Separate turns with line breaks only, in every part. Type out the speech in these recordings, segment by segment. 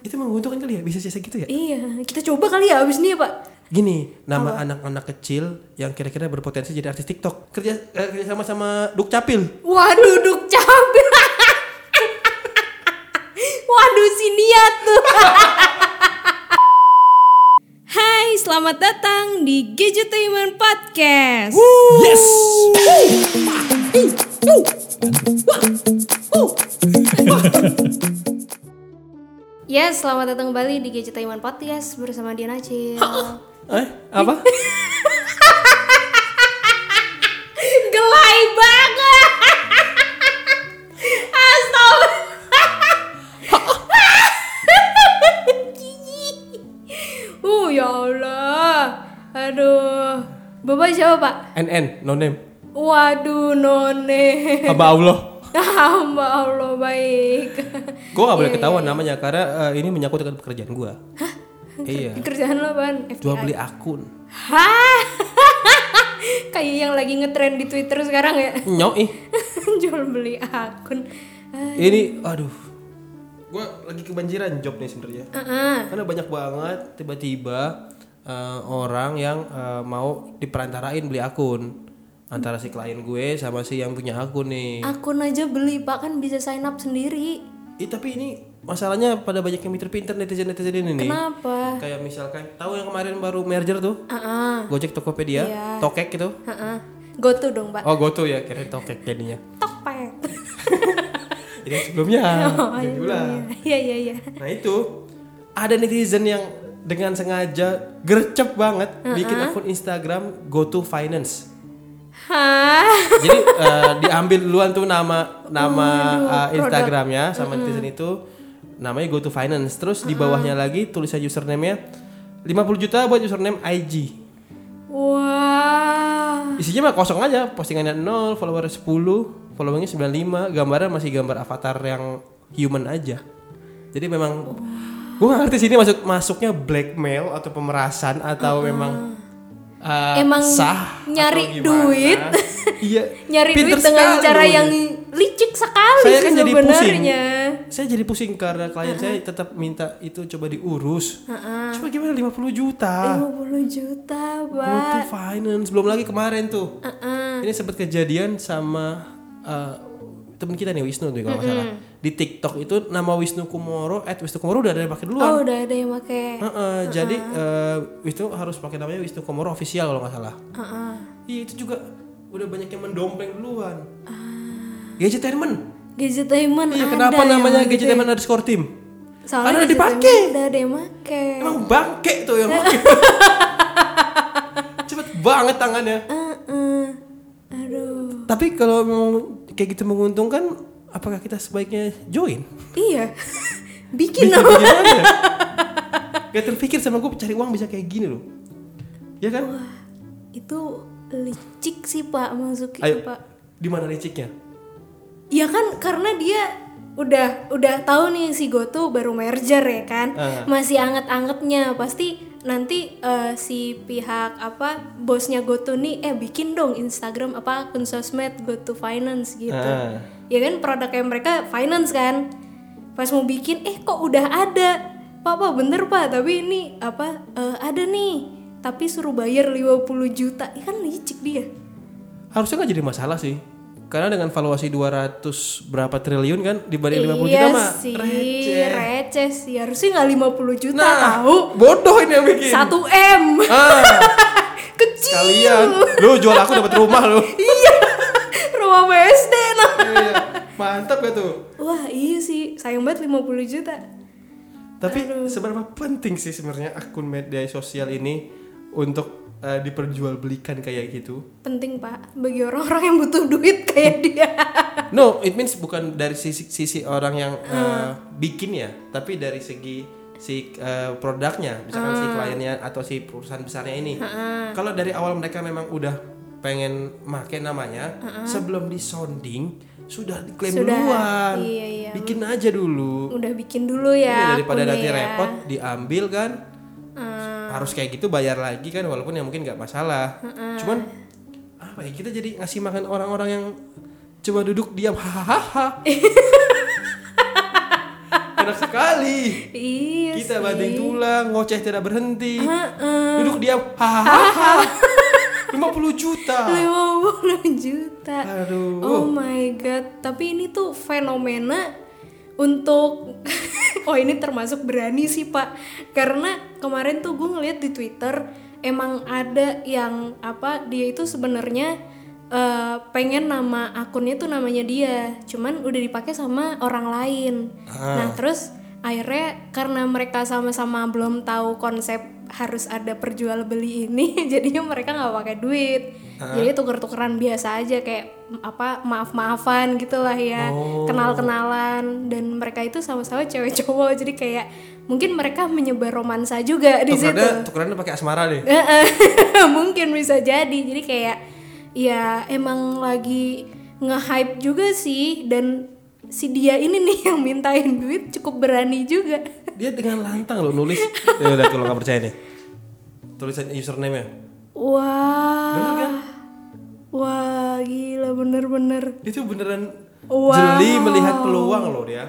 itu menguntungkan kali ya bisa jasa gitu ya
Iya, kita coba kali ya abis ini ya Pak.
gini nama anak-anak kecil yang kira-kira berpotensi jadi artis TikTok kerja eh, kerja sama sama Dukcapil
Waduh, duk cabe. Waduh, si dia tuh. Hai, selamat datang di Gadgetainment Podcast.
yes
Yes, selamat datang kembali di Gadgetainment Podcast bersama Dian Acil.
eh apa
Gelai banget. Astaga. uh, ya Allah. Aduh. Bapak siapa, Pak?
NN no name
Waduh, none.
Aba Allah
Hamba Allah baik.
gue gak boleh ketahuan namanya karena eh, ini menyangkut dengan pekerjaan gue iya
Kerjaan lo ban
jual beli akun
Hah? Kayak yang lagi ngetrend di Twitter sekarang ya.
nyoi
Jual beli akun.
Iya.
Ah,
ini aduh gue lagi kebanjiran job nih sebenarnya
ah.
karena banyak banget tiba-tiba eh, orang yang eh, mau diperantarain beli akun antara si klien gue sama si yang punya akun nih
Akun aja beli Pak kan bisa sign up sendiri.
Ih, tapi ini masalahnya pada banyak yang pinter-pinter netizen-netizen ini nih
Kenapa?
kayak misalkan tahu yang kemarin baru merger tuh
Ah, ah,
Gojek Tokopedia
Iya.
Tokek gitu
ah, ah. Goto dong, Pak.
oh goto ya kira Tokek jadinya
Tokpet.
jadi yang sebelumnya
Oh,
jadi
iya,
ulang.
Iya, iya, iya.
Nah itu ada netizen yang dengan sengaja gercep banget bikin akun Instagram GoTo Finance.
Hah?
Jadi eh, diambil duluan tuh nama nama eh, Instagramnya sama netizen itu namanya GoTo Finance. Terus di bawahnya lagi tulisan username-nya 50 juta buat username IG.
Wah.
Isinya mah kosong aja, postingannya 0, follower 10, followernya 95, gambarnya masih gambar avatar yang human aja. Jadi memang gue gak ngerti sini masuk masuknya blackmail atau pemerasan atau memang uh,
Ah. Emang
sah
nyari
atau gimana.
duit.
iya.
Nyari
Pinter
duit dengan
sekali
cara
dong.
yang licik sekali
Saya
sih
kan jadi pusing.
sebenarnya. Ah,
saya jadi pusing karena klien saya tetap minta itu coba diurus. Coba gimana 50 juta?
Iya. 50 juta, Pak.
Butuh finance belum lagi kemarin tuh.
Uh-uh.
Ini sempat kejadian sama eh, temen kita nih Wisnu nih kalau nggak salah. Di TikTok itu nama Wisnu Kumoro, at Wisnu Kumoro udah ada yang pakai duluan.
Oh, Uh-uh. udah ada yang pakai.
Heeh, Jadi eh, Wisnu harus pakai namanya Wisnu Kumoro official kalau nggak salah.
Heeh.
Iya itu juga udah banyak yang mendompleng duluan. Gadgetainment.
Gadgetainment
Iya
Ah. ada
kenapa
yang
namanya
pakai.
Gadgetainment underscore team?
Soalnya
Karena
Gadgetainment
dipakai.
Udah ada yang pakai.
Emang bangke tuh yang pakai. Cepet banget tangannya.
Heeh. Aduh.
Tapi kalau memang kayak gitu menguntungkan, apakah kita sebaiknya join?
Iya. Bikin
Bisa
dong.
begini aja. Gak terpikir sama gue cari uang bisa kayak gini loh. Ya kan?
Itu licik sih, Pak, masukin,
Ayo.
gitu, Pak.
Di mana liciknya?
Ya kan karena dia udah udah tahu nih si Goto baru merger ya kan.
Ah.
Masih anget-angetnya pasti nanti eh, si pihak apa bosnya Goto nih eh bikin dong Instagram apa akun sosmed Goto Finance gitu.
Ah.
Ya kan produknya mereka finance kan. Pas mau bikin eh kok udah ada. Pak, Pak, bener Pak, tapi ini apa eh, ada nih. Tapi suruh bayar 50 juta. Ih kan licik dia.
Harusnya nggak jadi masalah sih. Karena dengan valuasi 200 berapa triliun kan dibanding 50
iya
juta mah
sih,
receh.
receh. sih. Harusnya nggak 50 juta
Nah, iya.
tahu.
bodoh ini yang bikin.
1 M.
Ah,
Kecil.
kalian lu jual aku dapat rumah lu.
Iya. Rumah BSD nah.
Iya, Mantap ya tuh.
Wah, iya sih. Sayang banget 50 juta.
Tapi seberapa penting sih sebenarnya akun media sosial ini untuk eh, diperjualbelikan kayak gitu?
Penting, Pak, bagi orang-orang yang butuh duit kayak dia.
No, it means bukan dari sisi sisi orang yang eh, bikin ya, tapi dari segi si eh, produknya, misalkan si kliennya atau si perusahaan besarnya ini. Kalau dari awal mereka memang udah pengen make namanya, sebelum disonding Ah, sudah diklaim
Sudah,
duluan.
iya, iya.
Bikin aja dulu.
Udah bikin dulu
Kan.
ya.
Iya, daripada
akunnya
nanti
ya.
repot diambil kan.
Eh.
harus kayak gitu bayar lagi kan walaupun ya mungkin nggak masalah cuman apa ya kita jadi ngasih makan orang-orang yang cuma duduk diam hahaha enak sekali
Ih,
bisa banting tulang, ngoceh tidak berhenti.
Iya. Heeh.
Duduk diam, hahaha. 50 juta.
50 juta.
Aduh.
Oh my god. Tapi ini tuh fenomena untuk oh ini termasuk berani sih pak karena kemarin tuh gue ngeliat di twitter emang ada yang apa dia itu sebenarnya eh, pengen nama akunnya tuh namanya dia cuman udah dipakai sama orang lain nah terus akhirnya karena mereka sama-sama belum tahu konsep harus ada perjual beli ini jadinya mereka nggak pakai duit jadi tuker-tukeran biasa aja kayak m- apa maaf-maafan gitulah ya kenal-kenalan dan mereka itu sama-sama cewek cowok jadi kayak mungkin mereka menyebar romansa juga di situ Eh.
Tukerannya, tukerannya pakai asmara deh.
Heeh, mungkin bisa jadi jadi kayak ya emang lagi nge-hype juga sih dan si dia ini nih yang mintain duit cukup berani juga
Dia dengan lantang loh nulis. Ya udah kalau nggak percaya nih. Tulisan username-nya. Bener
wah
kan?
wah gila bener-bener
Itu beneran
Wow.
jeli melihat peluang loh dia.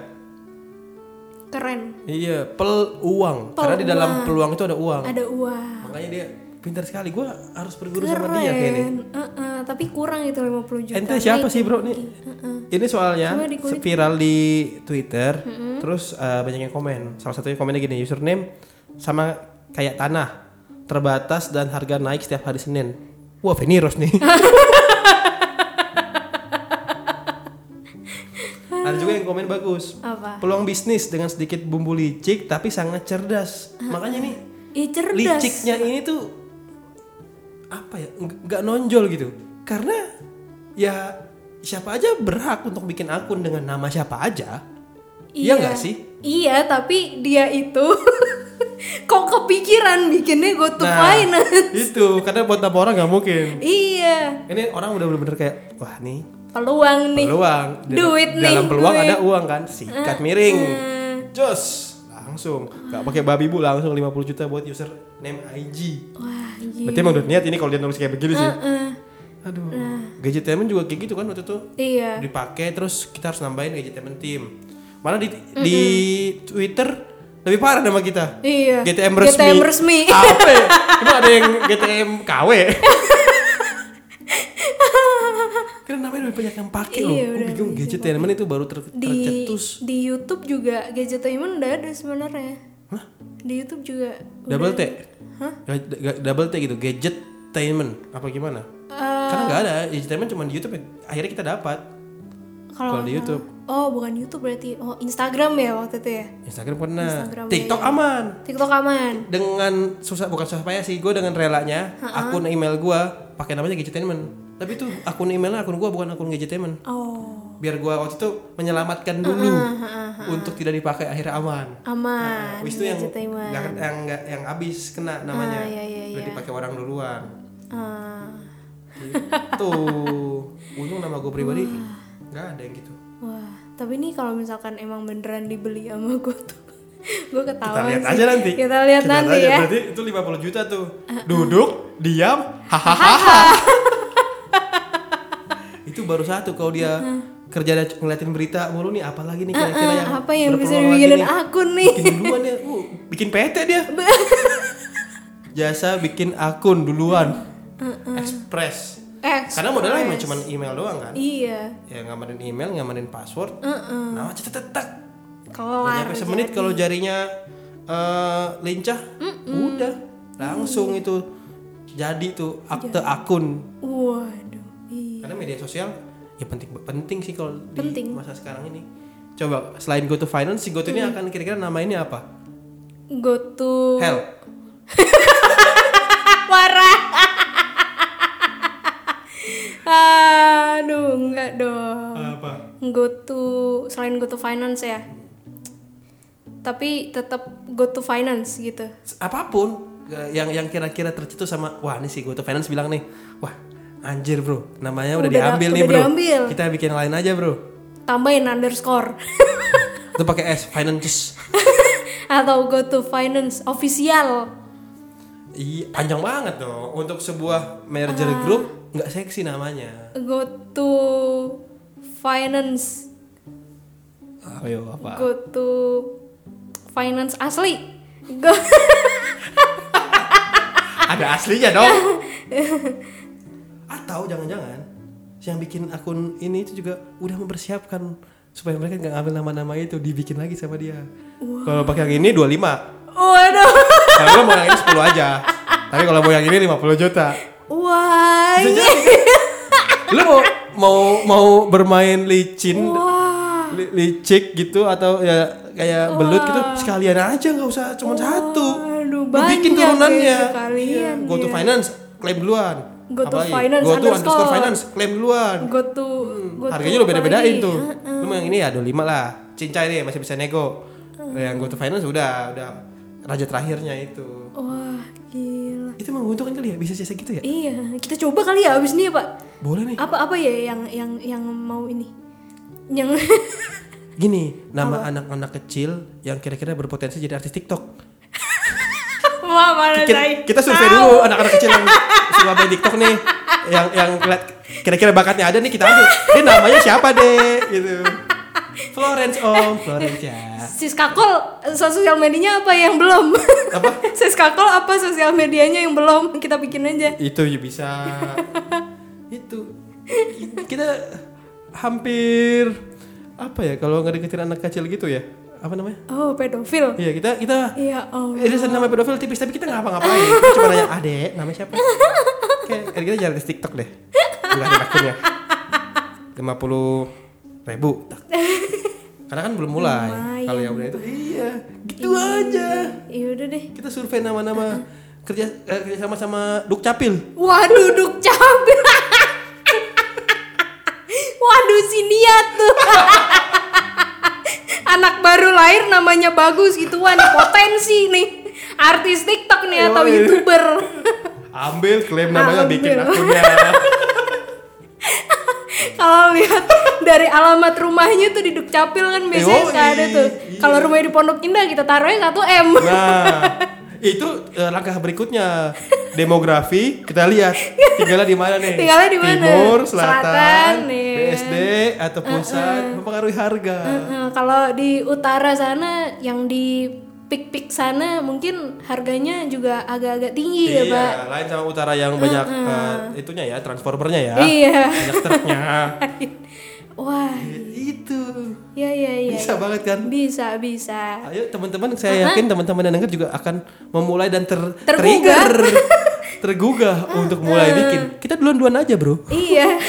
keren
Iya, peluang. Karena di dalam peluang itu ada uang.
ada uang
Makanya dia pintar sekali. Gue harus berguru sama
keren
dia kayaknya.
Heeh, tapi kurang itu 50 juta
Ente siapa sih bro nih? Ini soalnya
Coba dikulik.
viral di Twitter, terus eh, banyak yang komen. Salah satunya komennya gini, username sama kayak tanah, terbatas dan harga naik setiap hari Senin. Wah, Veniros nih. Ada juga yang komen bagus.
apa
Peluang bisnis dengan sedikit bumbu licik tapi sangat cerdas. Makanya nih
ya cerdas
liciknya ini tuh apa ya nggak nggak nonjol gitu karena ya siapa aja berhak untuk bikin akun dengan nama siapa aja iya nggak sih
Iya, tapi dia itu kok kepikiran bikinnya go
Nah.
to finance.
itu karena buat nama orang nggak mungkin
Iya,
ini orang udah bener-bener kayak wah nih
peluang nih.
peluang Di-
Duit
dalam,
nih,
peluang
duit. Eh,
ada uang kan sikat miring jos langsung nggak pakai babi bu langsung 50 juta buat user name IG
Wah, iya.
berarti emang udah niat ini kalau dia nulis kayak begini sih
Eh,
aduh gadgetainment juga kayak gitu kan waktu itu
iya.
dipakai terus kita harus nambahin gadgetemen tim malah di di Twitter lebih parah nama kita
Iya.
GTM resmi
GTM resmi.
apa ya? Emang ada yang GTM KW karena namanya lebih banyak yang pakai loh
Iya,
gue
udah
bingung gadgetemen itu baru ter
Di
tercetus
di YouTube juga gadgetainment udah ada sebenarnya. Di YouTube juga.
double T Ga- ga- double T gitu gadgettainment apa gimana
Eh,
karena nggak ada gadgettainment cuma di YouTube ya. akhirnya kita dapat
kalau
kalau di YouTube
Oh, bukan YouTube berarti. Oh, Instagram ya waktu itu ya.
Instagram pernah
Instagram, iya.
TikTok aman
TikTok aman.
dengan susah bukan susah payah sih gue dengan relanya akun email gue pakai namanya gadgetainment tapi itu akun emailnya akun gue bukan akun gadgetainment
Oh,
biar gue waktu itu menyelamatkan dulu untuk tidak dipakai akhirnya aman Nah,
aman.
Habis itu yang
gadgetainment.
nggak yang nggak yang habis kena namanya
Ah, iya, iya,
udah dipakai orang duluan
Ah.
tuh untung nama gue pribadi nggak ada yang gitu
Wah, tapi nih kalau misalkan emang beneran dibeli sama gue tuh, gue
kita
ketawa.
lihat aja nanti
Kita lihat nanti
aja.
ya.
berarti itu 50 juta tuh duduk diam hahaha itu baru satu kalau dia kerja dan ngeliatin berita mulu nih apalagi nih kira-kira
Ah,
yang
apa yang bisa
berpeluang lagi
dibikinin
nih?
akun nih?
bikin duluan ya Uh, bikin PT dia jasa bikin akun duluan express
Eh,
karena modalnya emang cuman email doang kan
iya,
ya ngamanin email ngamanin password Nah, nama cetetetek Udah
kelar.
nyampe semenit kalau jarinya eh, lincah, udah langsung itu jadi tuh
Iya.
akte akun.
Waduh, iya.
Karena media sosial ya penting penting sih kalau di
Penting.
masa sekarang ini. Coba selain GoTo Finance, si GoTo ini
Iya.
akan kira-kira nama ini apa?
Go to
Hell.
parah. Aduh, enggak dong.
Apa?
Go to selain go to finance ya. Tapi tetap go to finance gitu.
Apapun eh, yang yang kira-kira tercetus sama wah ini si GoTo Finance bilang nih, wah anjir bro, namanya udah,
Udah da-
diambil nih
udah
bro.
diambil.
Kita bikin lain aja bro.
Tambahin underscore.
Itu pakai S, Finance.
atau go to finance official
Iya, panjang banget dong. Untuk sebuah merger group nggak seksi namanya.
go to finance
Ah, Ayo apa?
go to finance asli Go.
Ada aslinya dong. Atau jangan-jangan yang bikin akun ini itu juga udah mempersiapkan supaya mereka nggak ngambil nama-nama itu dibikin lagi sama dia. Kalau pakai yang ini 25.
Waduh.
Kalau lo mau yang ini 10 aja. Tapi kalau mau yang ini 50 juta.
Wah.
Bisa
ini-
jadi kan? Lo mau mau mau bermain licin
Wah.
li- licik gitu atau ya kayak belut gitu sekalian aja nggak usah cuma satu Lu
Aduh,
bikin
banyak
turunannya Iya,
ya sekalian
go to
dia.
finance klaim duluan
Go to
Apalagi?
finance
go to
underscore.
underscore finance klaim duluan
Gue tuh. gua tuh
Hmm, harganya lo beda bedain
apalagi?
tuh lu mau yang ini ya 25 lah cincai deh masih bisa nego yang go to finance udah udah raja terakhirnya itu
Wah gila.
itu menguntungkan kali ya bisa jasa gitu ya
Iya. Kita coba kali ya abis ini ya pak.
boleh nih
Apa apa ya yang yang yang mau ini? Yang
gini nama anak-anak kecil yang kira-kira berpotensi jadi artis TikTok
Wah mana
kita,
saya?
kita survei
tahu.
dulu anak-anak kecil yang suka main TikTok nih yang yang keliat- kira-kira bakatnya ada nih kita ambil dia namanya siapa deh gitu Florence om Florence ya
Siska Kol eh, sosial medianya apa yang belum?
Apa?
Siska Kol apa sosial medianya yang belum? Kita bikin aja.
itu ya bisa itu kita hampir apa ya kalau nggak deketin anak kecil gitu ya apa namanya
Oh pedofil.
iya kita kita
Iya oh.
Ini nama pedofil tipis tapi kita nggak apa-ngapain. Kita cuma nanya adek namanya siapa? Kayak kayak kita jalan di TikTok deh. Bukan akunnya. Lima puluh ribu. Tak. Karena kan belum mulai.
Lumayan.
Kalau yang udah itu iya, gitu aja.
Iya udah deh.
Kita survei nama-nama kerja eh, kerja sama sama Dukcapil.
Wah duduk cabai. Waduh si dia tuh. Anak baru lahir namanya bagus gituan potensi nih. Artis TikTok nih atau
Yoi.
YouTuber.
Ambil klaim namanya
Ambil.
bikin akunnya.
Kalau lihat dari alamat rumahnya tuh di Dukcapil kan biasanya
Yoi,
suka ada tuh.
iya.
Kalau rumahnya di Pondok Indah kita taruhnya 1 M.
Nah, itu eh, langkah berikutnya demografi kita lihat tinggalnya di mana nih?
Tinggalnya di mana?
Timur, selatan,
Selatan, Eh, iya.
BSD atau pusat mempengaruhi harga.
Heeh, kalau di utara sana yang di pik-pik sana mungkin harganya juga agak-agak tinggi ya, Pak.
Iya, lain sama utara yang banyak eh, itunya ya transformernya ya.
Iya.
Banyak truknya.
Wah,
itu
ya ya ya.
bisa banget kan?
Bisa, bisa.
Ayo teman-teman, saya yakin teman-teman yang denger juga akan memulai dan ter
Eh, Tergugah.
trigger,
Eh,
tergugah untuk mulai bikin. Kita duluan-duluan aja, Bro.
iya.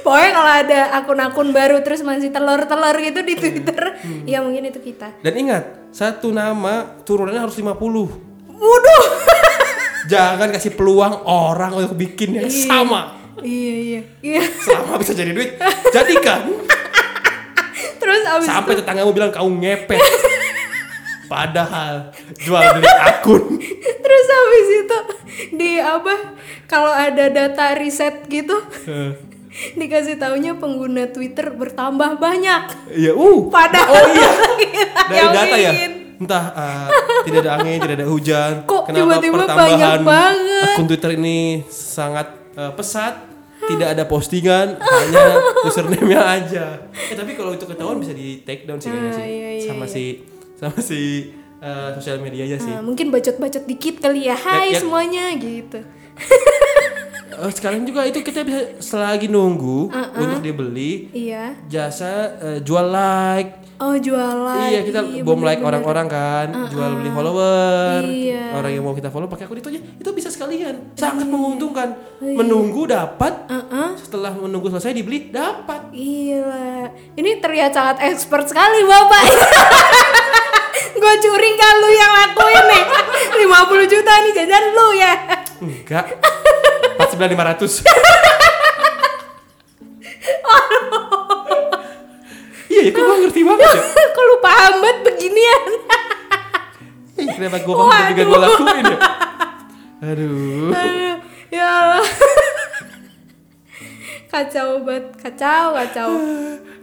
Pokoknya kalau ada akun-akun baru terus masih telur-telur gitu
Hmm.
di Twitter, ya mungkin itu kita.
Dan ingat, satu nama turunannya harus 50.
Waduh.
Jangan kasih peluang orang untuk bikin yang sama.
iya, iya. Iya.
Selama bisa jadi duit, jadikan.
Terus abis
Sampai tetanggamu bilang kau ngepet. Padahal jual beli akun.
Terus habis itu di apa? Kalau ada data riset gitu
Eh,
dikasih taunya pengguna Twitter bertambah banyak.
Iya, uh.
Padahal
Oh iya,
Gila,
dari data ya.
yakin.
Entah eh, tidak ada angin, tidak ada hujan.
Kok tiba-tiba banyak banget?
Akun Twitter ini sangat eh, pesat, tidak ada postingan, hanya username-nya aja. Eh tapi kalau itu ketahuan bisa di take down sih kayaknya
Ah,
sih.
iya, iya,
sama
iya.
si sama si eh, sosial medianya sih.
Nah, mungkin bacot-bacot dikit kali ya. Hai
Ya, ya.
semuanya gitu.
Eh, sekarang juga itu kita bisa selagi nunggu
Ah,
untuk dibeli
Iya.
jasa eh, jual like
Oh, jualan.
Iya kita bom like orang-orang kan, jual beli follower,
Iya.
orang yang mau kita follow pakai akun itu aja, itu bisa sekalian, sangat menguntungkan. Menunggu dapat,
Ah.
setelah menunggu selesai dibeli dapat.
Gila. Ini terlihat sangat expert sekali, Bapak. Gue curi kan lu yang lakuin nih. 50 juta nih jajan lu ya.
Enggak, empat sembilan lima ratus. Iya, ya, kok gue ngerti banget ya.
Kok lu paham banget beginian?
Ih, Kenapa gue kamu juga gue
Waduh.
lakuin ya? Aduh.
Aduh, ya Allah. Kacau banget, kacau, kacau.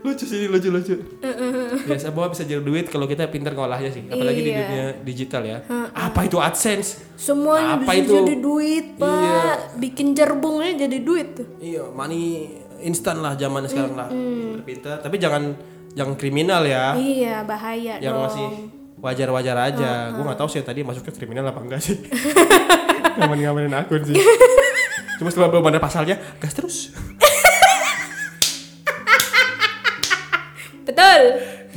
lucu sih lucu lucu biasa bahwa bisa jadi duit kalau kita pintar ngolahnya sih apalagi di
Iya.
dunia digital ya apa itu adsense
Semuanya
Apa
bisa
itu?
jadi duit, Pak.
Iya.
Bikin jerbongnya jadi duit tuh.
iya money instan lah zaman sekarang lah pintar tapi jangan yang kriminal ya
iya bahaya
yang
dong.
masih wajar-wajar aja gue nggak tahu sih tadi masuknya kriminal apa enggak sih ngamen-ngamenin akun sih cuma setelah belum ada pasalnya gas terus
betul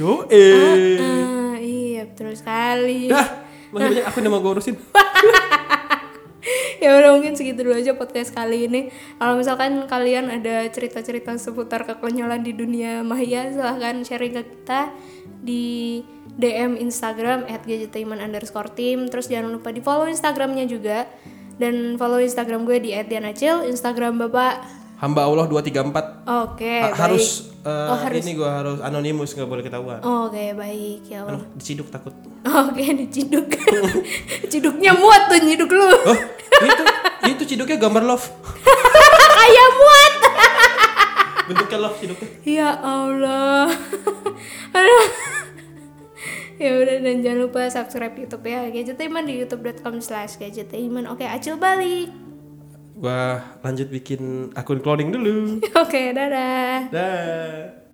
yo
Ah, iya betul sekali
dah masih banyak akun yang mau gue urusin
ya udah mungkin segitu dulu aja podcast kali ini kalau misalkan kalian ada cerita-cerita seputar kekonyolan di dunia maya silahkan sharing ke kita di DM Instagram at underscore team terus jangan lupa di follow Instagramnya juga dan follow Instagram gue di @dianacil Instagram bapak
hamba Allah 234
oke
Ha-
baik.
harus, eh,
Oh, harus.
ini gue harus anonimus nggak boleh ketahuan
oke baik ya Allah
Aduh, diciduk takut
oke diciduk ciduknya muat tuh nyiduk lu
oh itu itu ciduknya gambar love
kayak muat
bentuknya love ciduknya
Ya Allah. Aduh. ya udah dan jangan lupa subscribe YouTube ya. Gadgetaiman di youtube.com slash gadgetaiman. Oke, acil balik.
gue lanjut bikin akun cloning dulu
Oke, dadah.
dah